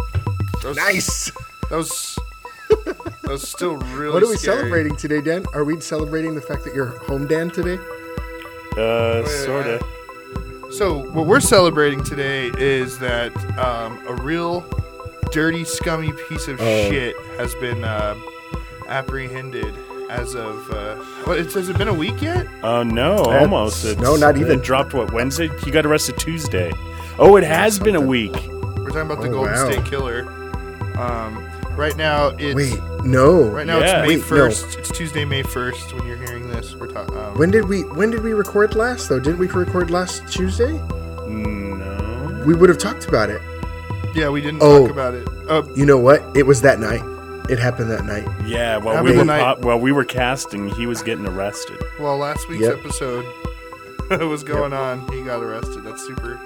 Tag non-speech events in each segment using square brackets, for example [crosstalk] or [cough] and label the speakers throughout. Speaker 1: That was,
Speaker 2: Nice.
Speaker 1: That [laughs] was that was still really.
Speaker 3: What are we
Speaker 1: scary.
Speaker 3: celebrating today, Dan? Are we celebrating the fact that you're home, Dan, today?
Speaker 2: Uh,
Speaker 1: Wait,
Speaker 2: sorta.
Speaker 1: So what we're celebrating today is that um, a real dirty, scummy piece of
Speaker 3: Oh.
Speaker 1: shit has been um apprehended as of. Uh, what, it's, has it been a week yet?
Speaker 2: Uh, no, almost. It's,
Speaker 3: no, not even.
Speaker 2: It dropped what Wednesday? He got arrested Tuesday. Oh, it has been a week.
Speaker 1: We're talking about the
Speaker 3: Oh,
Speaker 1: Golden
Speaker 3: wow.
Speaker 1: State Killer. Um, right now it's
Speaker 3: Wait, no.
Speaker 1: right now it's
Speaker 2: Yeah.
Speaker 1: May
Speaker 3: Wait, no.
Speaker 1: first. It's Tuesday, May first. When you're hearing this, we're talking. Um,
Speaker 3: When did we when did we record last though? Didn't we record last Tuesday?
Speaker 2: Mm, No.
Speaker 3: We would have talked about it.
Speaker 1: yeah, we didn't
Speaker 3: Oh.
Speaker 1: talk about it. Uh,
Speaker 3: You know what? It was that night. It happened that night.
Speaker 2: Yeah, while
Speaker 1: Happened
Speaker 2: we were
Speaker 1: tonight.
Speaker 2: pop- while we were casting, he was getting arrested.
Speaker 1: well, last week's
Speaker 3: Yep.
Speaker 1: episode [laughs] was going on. He got arrested. That's super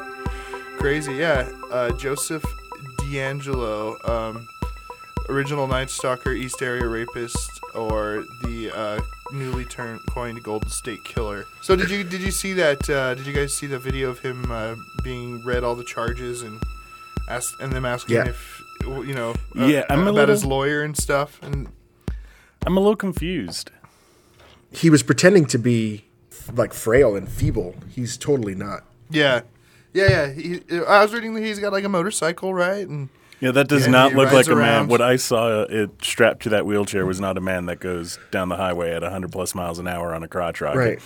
Speaker 1: crazy. Yeah, uh, Joseph D'Angelo, um, original Night Stalker, East Area Rapist, or the uh, newly turned coined Golden State Killer. So did you did you see that? Uh, did you guys see the video of him uh, being read all the charges and ask and them asking
Speaker 3: Yeah.
Speaker 1: if you know uh,
Speaker 2: Yeah, I'm a
Speaker 1: about
Speaker 2: little-
Speaker 1: his lawyer and stuff and.
Speaker 2: I'm a little confused.
Speaker 3: He was pretending to be like frail and feeble. He's totally not.
Speaker 1: Yeah, yeah, yeah. He, I was reading that he's got like a motorcycle, right? And
Speaker 2: Yeah, that does
Speaker 1: Yeah,
Speaker 2: not
Speaker 1: he
Speaker 2: look like
Speaker 1: rides
Speaker 2: a man.
Speaker 1: around.
Speaker 2: What I saw uh, it strapped to that wheelchair was not a man that goes down the highway at 100 plus miles an hour on a crotch rocket.
Speaker 3: Right.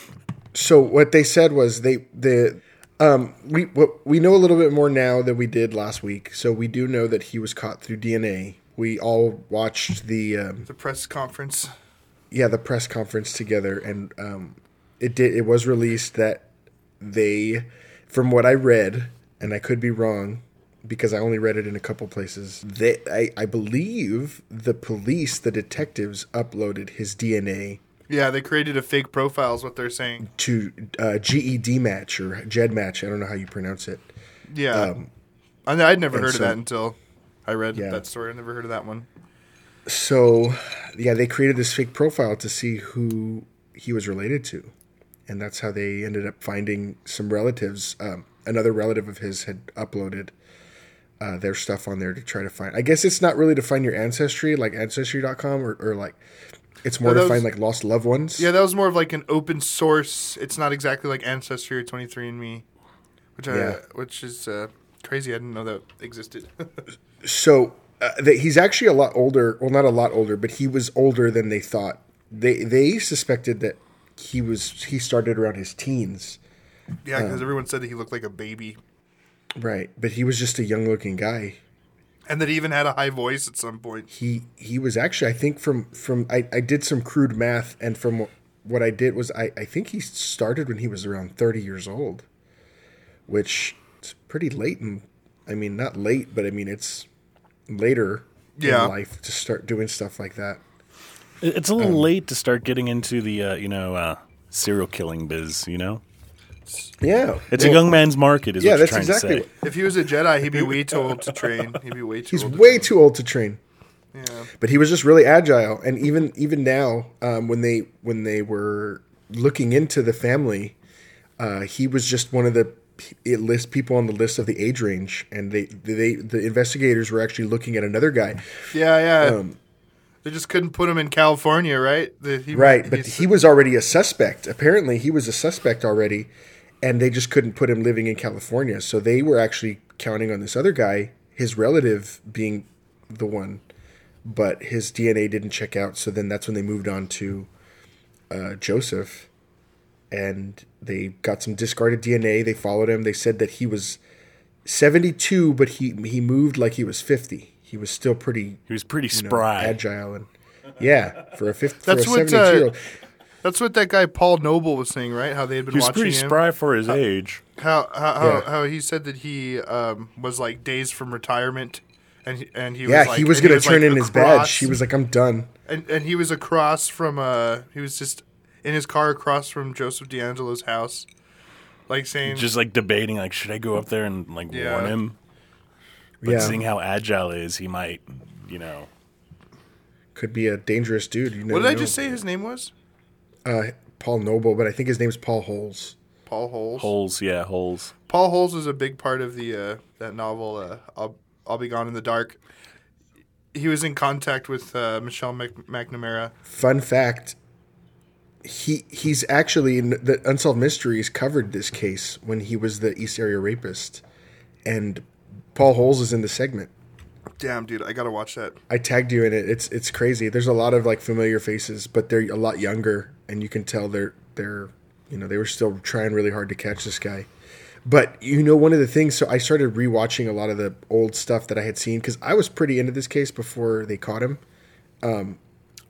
Speaker 3: So what they said was they the um we what we know a little bit more now than we did last week. So we do know that he was caught through DNA. We all watched the um,
Speaker 1: the press conference.
Speaker 3: yeah the press conference together, and um, it did it was released that they, from what I read, and I could be wrong because I only read it in a couple places. They I, I believe the police the detectives uploaded his DNA
Speaker 1: Yeah, they created a fake profile. Is what they're saying.
Speaker 3: to uh, GED match or GED match. I don't know how you pronounce it.
Speaker 1: Yeah, I know, I'd never heard
Speaker 3: Oh. so-
Speaker 1: of that until I read
Speaker 3: Yeah.
Speaker 1: that story. I never heard of that one.
Speaker 3: So, yeah, they created this fake profile to see who he was related to, and that's how they ended up finding some relatives. Um, another relative of his had uploaded uh, their stuff on there to try to find. I guess it's not really to find your ancestry, like ancestry.com, or, or like it's more
Speaker 1: No,
Speaker 3: to
Speaker 1: that was-
Speaker 3: find like lost loved ones.
Speaker 1: Yeah, that was more of like an open source. It's not exactly like Ancestry or 23andMe, which I,
Speaker 3: Yeah.
Speaker 1: which is uh, crazy. I didn't know that existed. [laughs]
Speaker 3: so uh, that he's actually a lot older. Well, not a lot older, but he was older than they thought. They they suspected that he was he started around his teens,
Speaker 1: yeah,
Speaker 3: Um.
Speaker 1: because everyone said that he looked like a baby,
Speaker 3: right? But he was just a young looking guy.
Speaker 1: and that he even had a high voice at some point.
Speaker 3: He he was actually I think from from I, I did some crude math and from what I did was I I think he started when he was around thirty years old, which it's pretty late. In, I mean, not late, but I mean it's later
Speaker 1: Yeah.
Speaker 3: in life to start doing stuff like that.
Speaker 2: It- It's a little late to start getting into the uh, you know uh, serial killing biz. You know,
Speaker 3: Yeah,
Speaker 2: it's a young man's market. Is
Speaker 3: Yeah,
Speaker 2: what you're
Speaker 3: that's
Speaker 2: trying
Speaker 3: exactly.
Speaker 2: to
Speaker 3: What,
Speaker 2: say.
Speaker 1: If he was a Jedi, he'd be way too old to train. He'd be way too
Speaker 3: he's
Speaker 1: old.
Speaker 3: way too old to train.
Speaker 1: to, yeah.
Speaker 3: But he was just really agile, and even even now, um, when they when they were looking into the family, uh, he was just one of the p- it list people on the list of the age range, and they they the investigators were actually looking at another guy,
Speaker 1: Yeah, yeah.
Speaker 3: Um,
Speaker 1: they just couldn't put him in California, right? The, he,
Speaker 3: right? But
Speaker 1: he's-
Speaker 3: he was already a suspect. Apparently, he was a suspect already, and they just couldn't put him living in California, so they were actually counting on this other guy, his relative being the one. but his DNA didn't check out. So then that's when they moved on to uh, Joseph, and they got some discarded DNA. They followed him. They said that he was seventy-two, but he he moved like he was fifty. He was still pretty
Speaker 2: He was pretty
Speaker 3: you know,
Speaker 2: spry.
Speaker 3: agile, and yeah, for a fifty,
Speaker 1: That's
Speaker 3: for a
Speaker 1: what, uh,
Speaker 3: seventy-two-year-old.
Speaker 1: That's what that guy Paul Noble was saying, right? How they had been
Speaker 2: he was
Speaker 1: watching
Speaker 2: pretty
Speaker 1: him. Uh,
Speaker 2: spry for his age.
Speaker 1: How how, how,
Speaker 3: Yeah.
Speaker 1: how he said that he um, was like days from retirement, and he, and he
Speaker 3: yeah,
Speaker 1: was like,
Speaker 3: he was
Speaker 1: and
Speaker 3: gonna turn
Speaker 1: like,
Speaker 3: in his
Speaker 1: across-
Speaker 3: badge. He was like, "I'm done."
Speaker 1: and and he was across from uh he was just in his car across from Joseph D'Angelo's house, like saying
Speaker 2: Just like debating, like should I go up there and like
Speaker 1: Yeah.
Speaker 2: warn him? But
Speaker 3: Yeah.
Speaker 2: seeing how agile he is, he might, you know.
Speaker 3: Could be a dangerous dude. You
Speaker 1: what did
Speaker 3: never
Speaker 1: I
Speaker 3: know.
Speaker 1: just say his name was
Speaker 3: Uh, Paul Noble, but I think his name's Paul Holes.
Speaker 1: Paul Holes.
Speaker 2: Holes, yeah, holes.
Speaker 1: Paul Holes is a big part of the uh, that novel. Uh, I'll, I'll be gone in the dark. he was in contact with uh, Michelle Mc- McNamara.
Speaker 3: Fun fact: he he's actually in the Unsolved Mysteries covered this case when he was the East Area rapist, and Paul Holes is in the segment.
Speaker 1: Damn, dude, I gotta watch that.
Speaker 3: I tagged you in it. It's it's crazy. There's a lot of like familiar faces, but they're a lot younger, and you can tell they're they're you know they were still trying really hard to catch this guy. But you know, one of the things. So I started rewatching a lot of the old stuff that I had seen because I was pretty into this case before they caught him.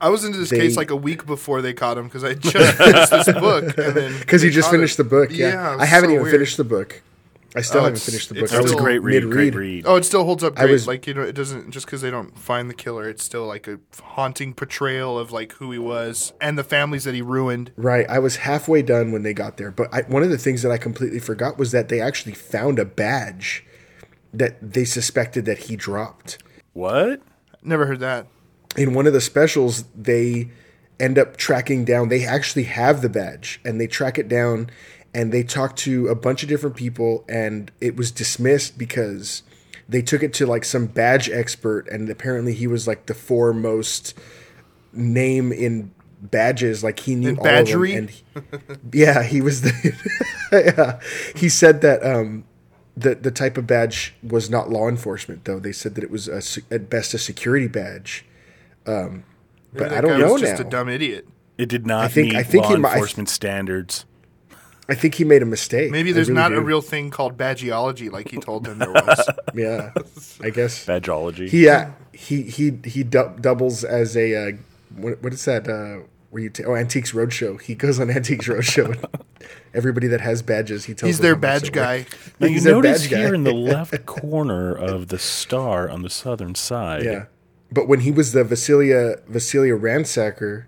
Speaker 1: I was into this case like a week before they caught him because I [laughs] just finished this book and then
Speaker 3: Because you
Speaker 1: they
Speaker 3: just
Speaker 1: caught him.
Speaker 3: finished the book. Yeah,
Speaker 1: Yeah, it was
Speaker 3: I haven't
Speaker 1: so
Speaker 3: even
Speaker 1: weird.
Speaker 3: finished the book. I still
Speaker 1: Oh,
Speaker 3: haven't
Speaker 1: it's-
Speaker 3: finished the book.
Speaker 1: it's
Speaker 2: That was a
Speaker 1: Still
Speaker 2: great read. Great
Speaker 3: mid-read.
Speaker 2: read.
Speaker 1: Oh, it still holds up great.
Speaker 3: was-
Speaker 1: like you know, it doesn't just because they don't find the killer. It's still like a haunting portrayal of like who he was and the families that he ruined.
Speaker 3: Right. I was halfway done when they got there. But I, one of the things that I completely forgot was that they actually found a badge that they suspected that he dropped.
Speaker 2: What?
Speaker 1: Never heard that.
Speaker 3: In one of the specials, they end up tracking down, they actually have the badge and they track it down and they talk to a bunch of different people and it was dismissed because they took it to like some badge expert and apparently he was like the foremost name in badges like he knew
Speaker 1: In
Speaker 3: all of them,
Speaker 1: badgery?
Speaker 3: and yeah, he was the. [laughs] yeah. He said that um, the the type of badge was not law enforcement though. They said that it was a, se- at best a security badge. Um,
Speaker 1: Maybe
Speaker 3: but I
Speaker 1: that
Speaker 3: don't
Speaker 1: guy
Speaker 3: know
Speaker 1: was Just a
Speaker 3: now.
Speaker 1: dumb idiot.
Speaker 2: It did not
Speaker 3: think-
Speaker 2: meet
Speaker 3: I think
Speaker 2: law
Speaker 3: he might-
Speaker 2: enforcement standards.
Speaker 3: I think he made a mistake.
Speaker 1: Maybe
Speaker 3: I
Speaker 1: there's
Speaker 3: really
Speaker 1: not a
Speaker 3: do.
Speaker 1: real thing called badgeology like he told
Speaker 3: [laughs]
Speaker 1: them there was.
Speaker 3: Yeah, I
Speaker 2: [laughs]
Speaker 3: guess
Speaker 2: Badgeology.
Speaker 3: he uh, he he he dou- doubles as a uh, what, what is that? Uh, where you ta- oh Antiques Roadshow. He goes on Antiques Roadshow. Everybody that has badges, he tells
Speaker 1: He's
Speaker 3: them
Speaker 1: their
Speaker 3: how
Speaker 1: badge
Speaker 3: much they
Speaker 1: guy.
Speaker 3: worth.
Speaker 2: now, you
Speaker 3: he's their
Speaker 2: notice
Speaker 3: badge guy.
Speaker 2: here in
Speaker 3: [laughs]
Speaker 2: the left corner of the star on the southern side.
Speaker 3: Yeah. But when he was the Vasilia Vasilia ransacker,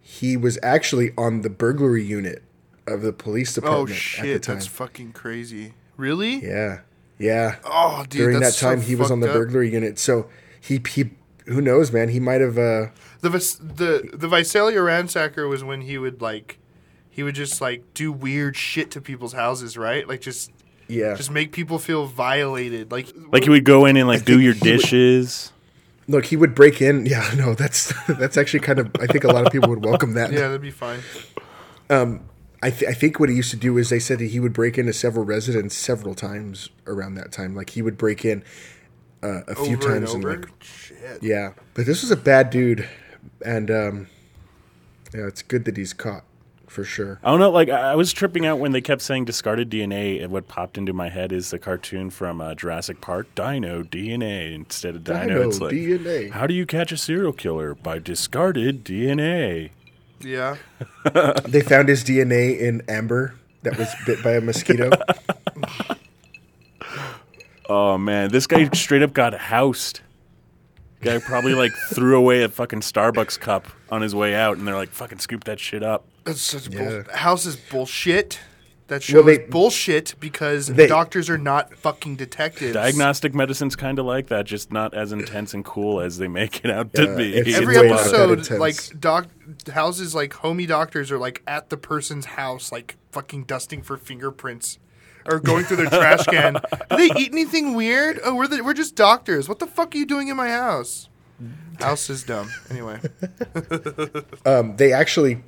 Speaker 3: he was actually on the burglary unit of the police
Speaker 1: Oh
Speaker 3: department at the
Speaker 1: shit,
Speaker 3: time.
Speaker 1: that's fucking crazy. Really?
Speaker 3: yeah. Yeah.
Speaker 1: Oh, dude.
Speaker 3: During that
Speaker 1: that's so
Speaker 3: time he was on the
Speaker 1: fucked up.
Speaker 3: burglary unit. So he he who knows, man, he might have uh
Speaker 1: The Vis- the the Visalia ransacker was when he would like, he would just like do weird shit to people's houses, right? Like just
Speaker 3: yeah.
Speaker 1: just make people feel violated. Like
Speaker 2: Like you would go in and like do
Speaker 3: think
Speaker 2: your
Speaker 3: he would-
Speaker 2: dishes.
Speaker 3: Look, he would break in. [laughs] Yeah, no, that's that's actually kind of I think a lot of people would welcome that.
Speaker 1: yeah, that'd be fine.
Speaker 3: I, th- I think what he used to do is they said that he would break into several residents several times around that time. Like he would break in uh, a
Speaker 1: Over
Speaker 3: few
Speaker 1: and
Speaker 3: times
Speaker 1: over.
Speaker 3: and like
Speaker 1: shit.
Speaker 3: Yeah, but this was a bad dude, and um, yeah, it's good that he's caught for sure.
Speaker 2: I don't know. Like I I was tripping out when they kept saying discarded DNA, and what popped into my head is the cartoon from uh, Jurassic Park, Dino DNA instead of Dino.
Speaker 3: Dino
Speaker 2: it's like,
Speaker 3: DNA.
Speaker 2: How do you catch a serial killer by discarded DNA?
Speaker 1: Yeah.
Speaker 3: They found his DNA in amber that was bit by a
Speaker 2: [laughs]
Speaker 3: mosquito.
Speaker 2: Oh man, this guy straight up got housed. Guy probably like threw away a fucking Starbucks cup on his way out, and they're like, "Fucking scoop that shit up."
Speaker 1: That's such
Speaker 3: Yeah.
Speaker 1: bull- house is bullshit. That show
Speaker 3: Well, they-
Speaker 1: is bullshit because
Speaker 3: they-
Speaker 1: doctors are not fucking detectives.
Speaker 2: Diagnostic medicine's kind of like that, just not as intense and cool as they make it out to
Speaker 3: Yeah,
Speaker 2: be.
Speaker 3: it's
Speaker 1: Every
Speaker 3: way not that
Speaker 1: episode,
Speaker 3: intense.
Speaker 1: like doc houses, like homie doctors are like at the person's house, like fucking dusting for fingerprints or going through their trash can. Do they eat anything weird? Oh, we're the, we're just doctors. What the fuck are you doing in my house? House is dumb.
Speaker 3: [laughs]
Speaker 1: Anyway,
Speaker 3: Um, they actually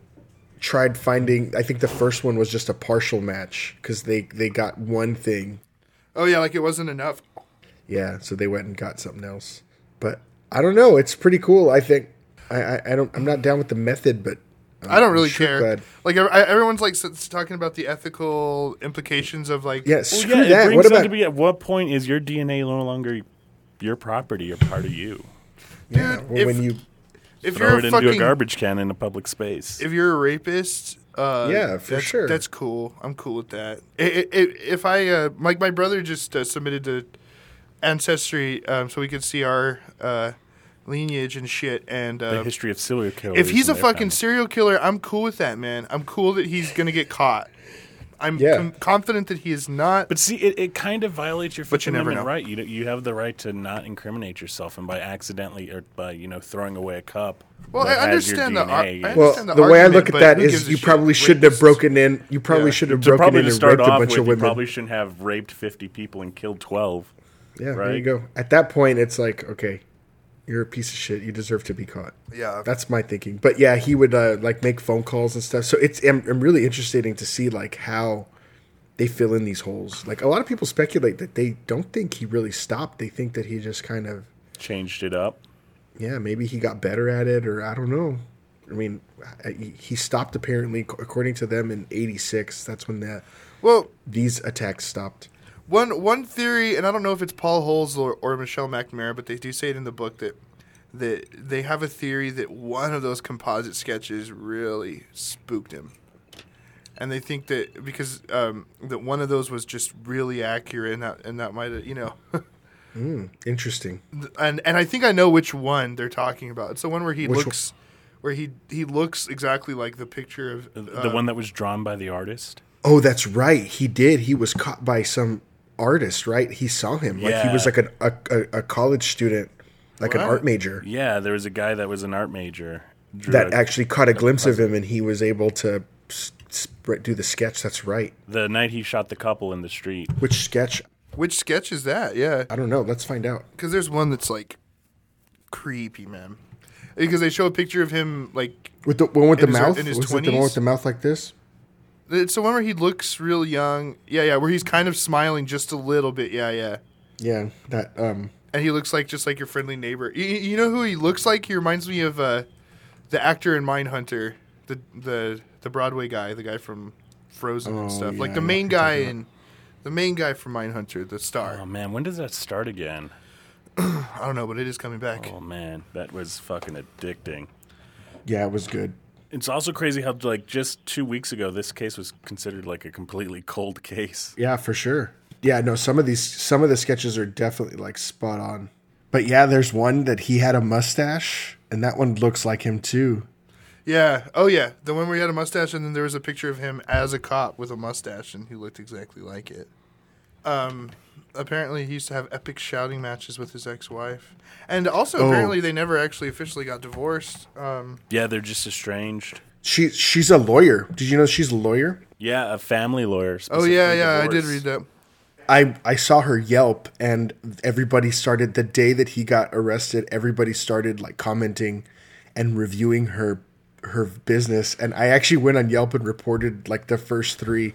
Speaker 3: tried finding. I think the first one was just a partial match because they they got one thing.
Speaker 1: oh yeah, like it wasn't enough.
Speaker 3: Yeah, so they went and got something else. But I don't know. It's pretty cool. I think I I, I don't. I'm not down with the method, but I'm-
Speaker 1: I don't
Speaker 3: I'm
Speaker 1: really
Speaker 3: sure
Speaker 1: care.
Speaker 3: glad-
Speaker 1: Like ev- I- everyone's like s- talking about the ethical implications of like
Speaker 3: Yeah,
Speaker 2: Well,
Speaker 3: screw
Speaker 2: yeah, it
Speaker 3: that.
Speaker 2: brings
Speaker 3: What
Speaker 2: up
Speaker 3: about
Speaker 2: to be at what point is your DNA no longer your property or part of you?
Speaker 3: yeah,
Speaker 1: Dude,
Speaker 3: well,
Speaker 1: if-
Speaker 3: when you?
Speaker 1: if
Speaker 2: Throw
Speaker 1: you're
Speaker 2: it
Speaker 1: a
Speaker 2: into a
Speaker 1: fucking
Speaker 2: garbage can in a public space.
Speaker 1: if you're a rapist, uh,
Speaker 3: Yeah, for
Speaker 1: that's,
Speaker 3: sure.
Speaker 1: That's cool. I'm cool with that. I i i if I uh, like, my brother just uh, submitted to Ancestry, um, so we could see our uh, lineage and shit. And
Speaker 2: the
Speaker 1: uh,
Speaker 2: history of serial killers.
Speaker 1: if he's a
Speaker 2: and their
Speaker 1: fucking
Speaker 2: families.
Speaker 1: serial killer, I'm cool with that, man. I'm cool that he's gonna get caught. I'm
Speaker 3: Yeah.
Speaker 1: com- confident that he is not.
Speaker 2: But see, it, it kind of violates your
Speaker 1: But
Speaker 2: Fifth
Speaker 1: you never
Speaker 2: Amendment
Speaker 1: know.
Speaker 2: right. You don't- you have the right to not incriminate yourself, and by accidentally or by you know throwing away a cup.
Speaker 1: Well,
Speaker 2: that
Speaker 1: I
Speaker 2: has your
Speaker 1: understand the ar-
Speaker 2: DNA.
Speaker 1: I-
Speaker 3: Well,
Speaker 1: understand the
Speaker 3: the, way I
Speaker 1: argument,
Speaker 3: look at
Speaker 1: but
Speaker 3: that
Speaker 1: who
Speaker 3: is
Speaker 1: gives a
Speaker 3: you
Speaker 1: shit?
Speaker 3: probably shouldn't have
Speaker 1: Rapists.
Speaker 3: broken in. You probably
Speaker 1: Yeah.
Speaker 3: should have
Speaker 2: to
Speaker 3: broken
Speaker 2: probably
Speaker 3: in
Speaker 2: to
Speaker 3: and
Speaker 2: start
Speaker 3: raped a
Speaker 2: off
Speaker 3: bunch
Speaker 2: with,
Speaker 3: of
Speaker 2: you
Speaker 3: women.
Speaker 2: probably shouldn't have raped fifty people and killed twelve.
Speaker 3: yeah, there you
Speaker 2: right?
Speaker 3: go. At that point, it's like okay, You're a piece of shit. You deserve to be caught.
Speaker 1: Yeah.
Speaker 3: That's my thinking. But yeah, he would uh, like make phone calls and stuff. So it's I'm, I'm really interested to see like how they fill in these holes. Like a lot of people speculate that they don't think he really stopped. They think that he just kind of
Speaker 2: Changed it up.
Speaker 3: yeah, maybe he got better at it or I don't know. I mean, I- he stopped apparently according to them in 86. That's when the
Speaker 1: Well,
Speaker 3: these attacks stopped.
Speaker 1: One one theory, and I don't know if it's Paul Holes or, or Michelle McNamara, but they do say it in the book that that they have a theory that one of those composite sketches really spooked him, and they think that because um, that one of those was just really accurate, and that and that might have you know, [laughs]
Speaker 3: Interesting.
Speaker 1: and and I think I know which one they're talking about. It's the one where he
Speaker 3: Which one?
Speaker 1: looks. Where he he looks exactly like the picture of uh,
Speaker 2: The one that was drawn by the artist.
Speaker 3: Oh, that's right. He did. He was caught by some artist, right? He saw him. Like he
Speaker 2: Yeah.
Speaker 3: was like an, a, a a college student, like an
Speaker 1: Wow.
Speaker 3: art major
Speaker 2: Yeah, there was a guy that was an art major. Drew
Speaker 3: that
Speaker 2: a-
Speaker 3: actually caught a glimpse of him and he was able to s- s- do the sketch. That's right.
Speaker 2: the night he shot the couple in the street.
Speaker 3: Which sketch?
Speaker 1: which sketch is that? Yeah,
Speaker 3: I don't know. Let's find out.
Speaker 1: Because there's one that's like creepy, man. Because they show a picture of him like
Speaker 3: With the one with
Speaker 1: In
Speaker 3: the
Speaker 1: his-
Speaker 3: mouth?
Speaker 1: in his
Speaker 3: was it the one
Speaker 1: 20s?
Speaker 3: with the mouth like this?
Speaker 1: it's the one where he looks real young. Yeah, yeah, where he's kind of smiling just a little bit. Yeah, yeah.
Speaker 3: Yeah, that um
Speaker 1: And he looks like just like your friendly neighbor. You, you know who he looks like? He reminds me of uh, the actor in Mindhunter, the the the Broadway guy, the guy from Frozen and
Speaker 3: Oh,
Speaker 1: stuff.
Speaker 3: yeah,
Speaker 1: like
Speaker 3: I
Speaker 1: the
Speaker 3: know
Speaker 1: main
Speaker 3: who you're
Speaker 1: guy
Speaker 3: talking
Speaker 1: in the main guy from Mindhunter, the star.
Speaker 2: Oh man, when does that start again?
Speaker 3: Oh.
Speaker 1: I don't know, but it is coming back.
Speaker 2: Oh man, that was fucking addicting.
Speaker 3: yeah, it was good.
Speaker 2: It's also crazy how like just two weeks ago this case was considered like a completely cold case.
Speaker 3: Yeah, for sure. Yeah, no, some of these some of the sketches are definitely like spot on. But yeah, there's one that he had a mustache and that one looks like him too.
Speaker 1: Yeah. Oh yeah, the one where he had a mustache, and then there was a picture of him as a cop with a mustache, and he looked exactly like it. Um, apparently he used to have epic shouting matches with his ex-wife, and also apparently they never actually officially got divorced. Um,
Speaker 2: Yeah, they're just estranged.
Speaker 3: She she's a lawyer. Did you know she's a lawyer?
Speaker 2: Yeah, a family lawyer.
Speaker 1: oh yeah,
Speaker 2: specifically
Speaker 1: yeah, I did
Speaker 2: divorce.
Speaker 1: read that.
Speaker 3: I I saw her Yelp and everybody started the day that he got arrested, everybody started like commenting and reviewing her her business and I actually went on Yelp and reported like the first 3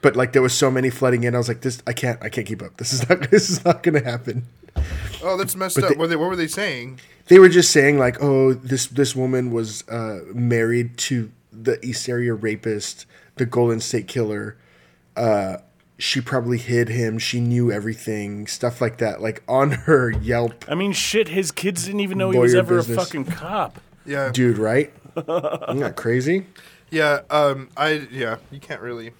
Speaker 3: but like there was so many flooding in I was like this I can't I can't keep up. This is not [laughs] this is not going to happen.
Speaker 1: Oh, that's messed up. What, they, what were they saying?
Speaker 3: they were just saying like, oh, this this woman was uh, married to the East Area rapist, the Golden State Killer. Uh, she probably hid him. She knew everything, stuff like that. Like on her Yelp,
Speaker 2: I mean, shit, his kids didn't even know he was
Speaker 3: Lawyer
Speaker 2: ever
Speaker 3: business.
Speaker 2: a fucking cop.
Speaker 1: Yeah,
Speaker 3: dude. Right? Isn't that crazy?
Speaker 1: yeah. Um, I yeah, you can't really.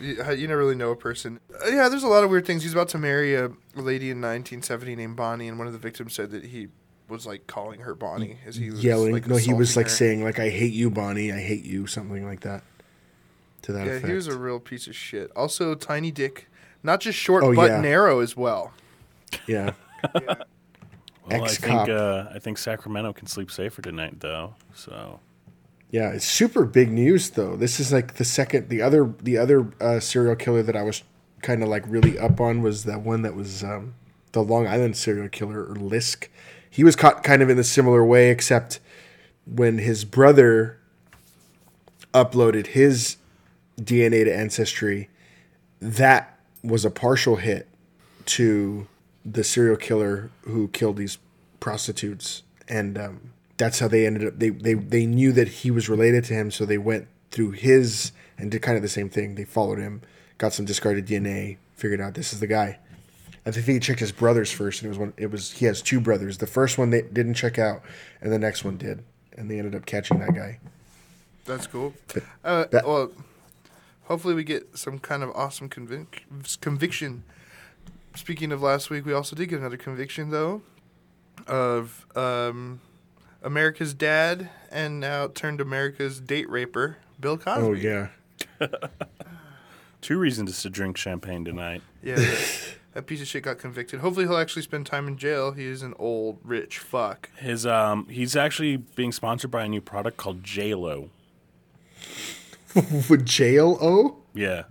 Speaker 1: You, you never really know a person. Uh, yeah, there's a lot of weird things. He's about to marry a lady in 1970 named Bonnie, and one of the victims said that he was like calling her Bonnie as he was
Speaker 3: Yelling.
Speaker 1: Like,
Speaker 3: no, he
Speaker 1: assaulting
Speaker 3: was like
Speaker 1: her.
Speaker 3: saying like, I hate you, Bonnie. I hate you, something like that. To that
Speaker 1: Yeah,
Speaker 3: effect.
Speaker 1: he was a real piece of shit. Also, tiny dick, not just short
Speaker 3: Oh,
Speaker 1: but
Speaker 3: yeah.
Speaker 1: narrow as well. [laughs]
Speaker 3: yeah.
Speaker 2: Well, I
Speaker 3: Ex-cop.
Speaker 2: think uh, I think Sacramento can sleep safer tonight, though. So
Speaker 3: Yeah, it's super big news though. This is like the second, the other, the other uh, serial killer that I was kind of like really up on was that one that was um, the Long Island serial killer or Lisk. He was caught kind of in the similar way, except when his brother uploaded his DNA to Ancestry, that was a partial hit to the serial killer who killed these prostitutes, and um, that's how they ended up. They, they they knew that he was related to him, so they went through his and did kind of the same thing. They followed him, got some discarded DNA, figured out this is the guy. I think he checked his brothers first, and it was one. It was he has two brothers. The first one they didn't check out, and the next one did, and they ended up catching that guy.
Speaker 1: That's cool. Uh,
Speaker 3: that-
Speaker 1: well, hopefully we get some kind of awesome convic- conviction. Speaking of last week, we also did get another conviction though, of um, America's dad and now turned America's date raper, Bill Cosby.
Speaker 3: Oh yeah,
Speaker 2: two reasons to drink champagne tonight.
Speaker 1: Yeah, that, that piece of shit got convicted. Hopefully, he'll actually spend time in jail. He is an old rich fuck.
Speaker 2: His um, he's actually being sponsored by a new product called J Lo.
Speaker 3: jail. Oh,
Speaker 2: Yeah,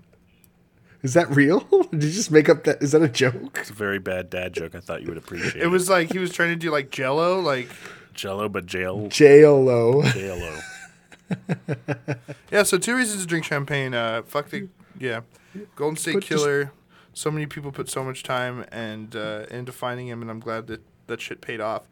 Speaker 3: Is that real? [laughs] Did you just make up that? Is that a joke?
Speaker 2: It's a very bad dad joke. I thought you would appreciate
Speaker 1: It was like he was trying to do like Jello, like
Speaker 2: Jello, but jail.
Speaker 3: JLO.
Speaker 2: Jello.
Speaker 1: yeah. So two reasons to drink champagne. Uh, fuck the yeah, Golden State
Speaker 3: But just-
Speaker 1: Killer. so many people put so much time and uh, into finding him, and I'm glad that that shit paid off.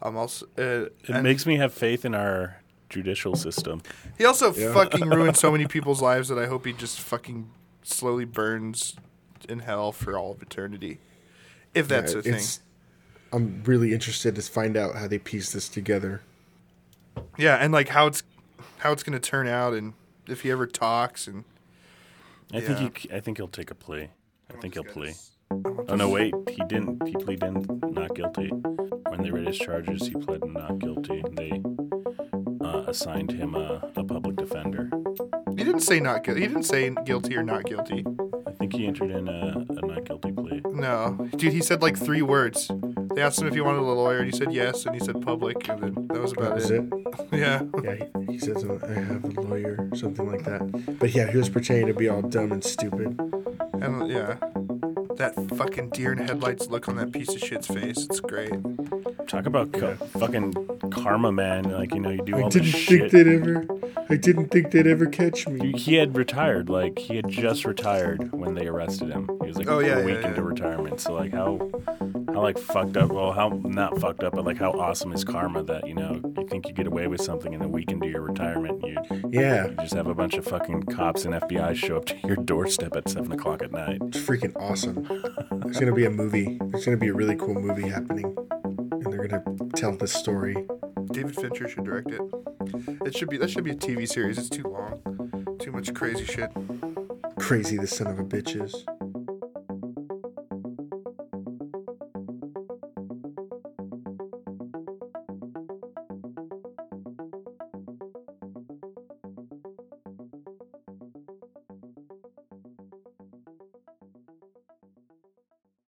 Speaker 1: I'm also uh,
Speaker 2: It
Speaker 1: and
Speaker 2: makes me have faith in our judicial system.
Speaker 1: he also fucking ruined so
Speaker 2: [laughs]
Speaker 1: many people's lives that I hope he just fucking slowly burns in hell for all of eternity, if that's a thing.
Speaker 3: It's- I'm really interested to find out how they piece this together.
Speaker 1: Yeah, and like how it's how it's gonna turn out, and if he ever talks, and
Speaker 2: I think he, I think he'll take a plea. I think he'll plea. Oh no, wait, he didn't. He pleaded in not guilty. When they read his charges, he pled not guilty. They uh, assigned him a, a public defender.
Speaker 1: he didn't say not guilty. He didn't say guilty or not guilty.
Speaker 2: I think he entered in a, a not guilty plea.
Speaker 1: No, dude, he said like three words. They asked him if he wanted a lawyer, and he said yes, and he said public, and then that was about
Speaker 3: Is
Speaker 1: it.
Speaker 3: it?
Speaker 1: Yeah.
Speaker 3: Yeah, he, he says "Oh, I have a lawyer, something like that. But yeah, he was pretending to be all dumb and stupid.
Speaker 1: And yeah, that fucking deer in headlights look on that piece of shit's face. It's great.
Speaker 2: Talk about ca- fucking karma, man. Like you know, you do
Speaker 3: I
Speaker 2: all this
Speaker 3: didn't
Speaker 2: shit.
Speaker 3: think they'd ever. I didn't think they'd ever catch me.
Speaker 2: he had retired. Like he had just retired when they arrested him. He was like
Speaker 1: Oh, yeah,
Speaker 2: a
Speaker 1: yeah,
Speaker 2: week
Speaker 1: yeah.
Speaker 2: into retirement. So like how how like fucked up? Well, how not fucked up, but like how awesome is karma that you know you think you get away with something and a week into your retirement you, you
Speaker 3: Yeah,
Speaker 2: just have a bunch of fucking cops and FBI show up to your doorstep at seven o'clock at night.
Speaker 3: it's freaking awesome. There's gonna be a movie. There's gonna be a really cool movie happening, and they're gonna tell this story.
Speaker 1: David Fincher should direct it. It should be that should be a TV series. It's too long. Too much crazy shit.
Speaker 3: Crazy, the son of a bitch is.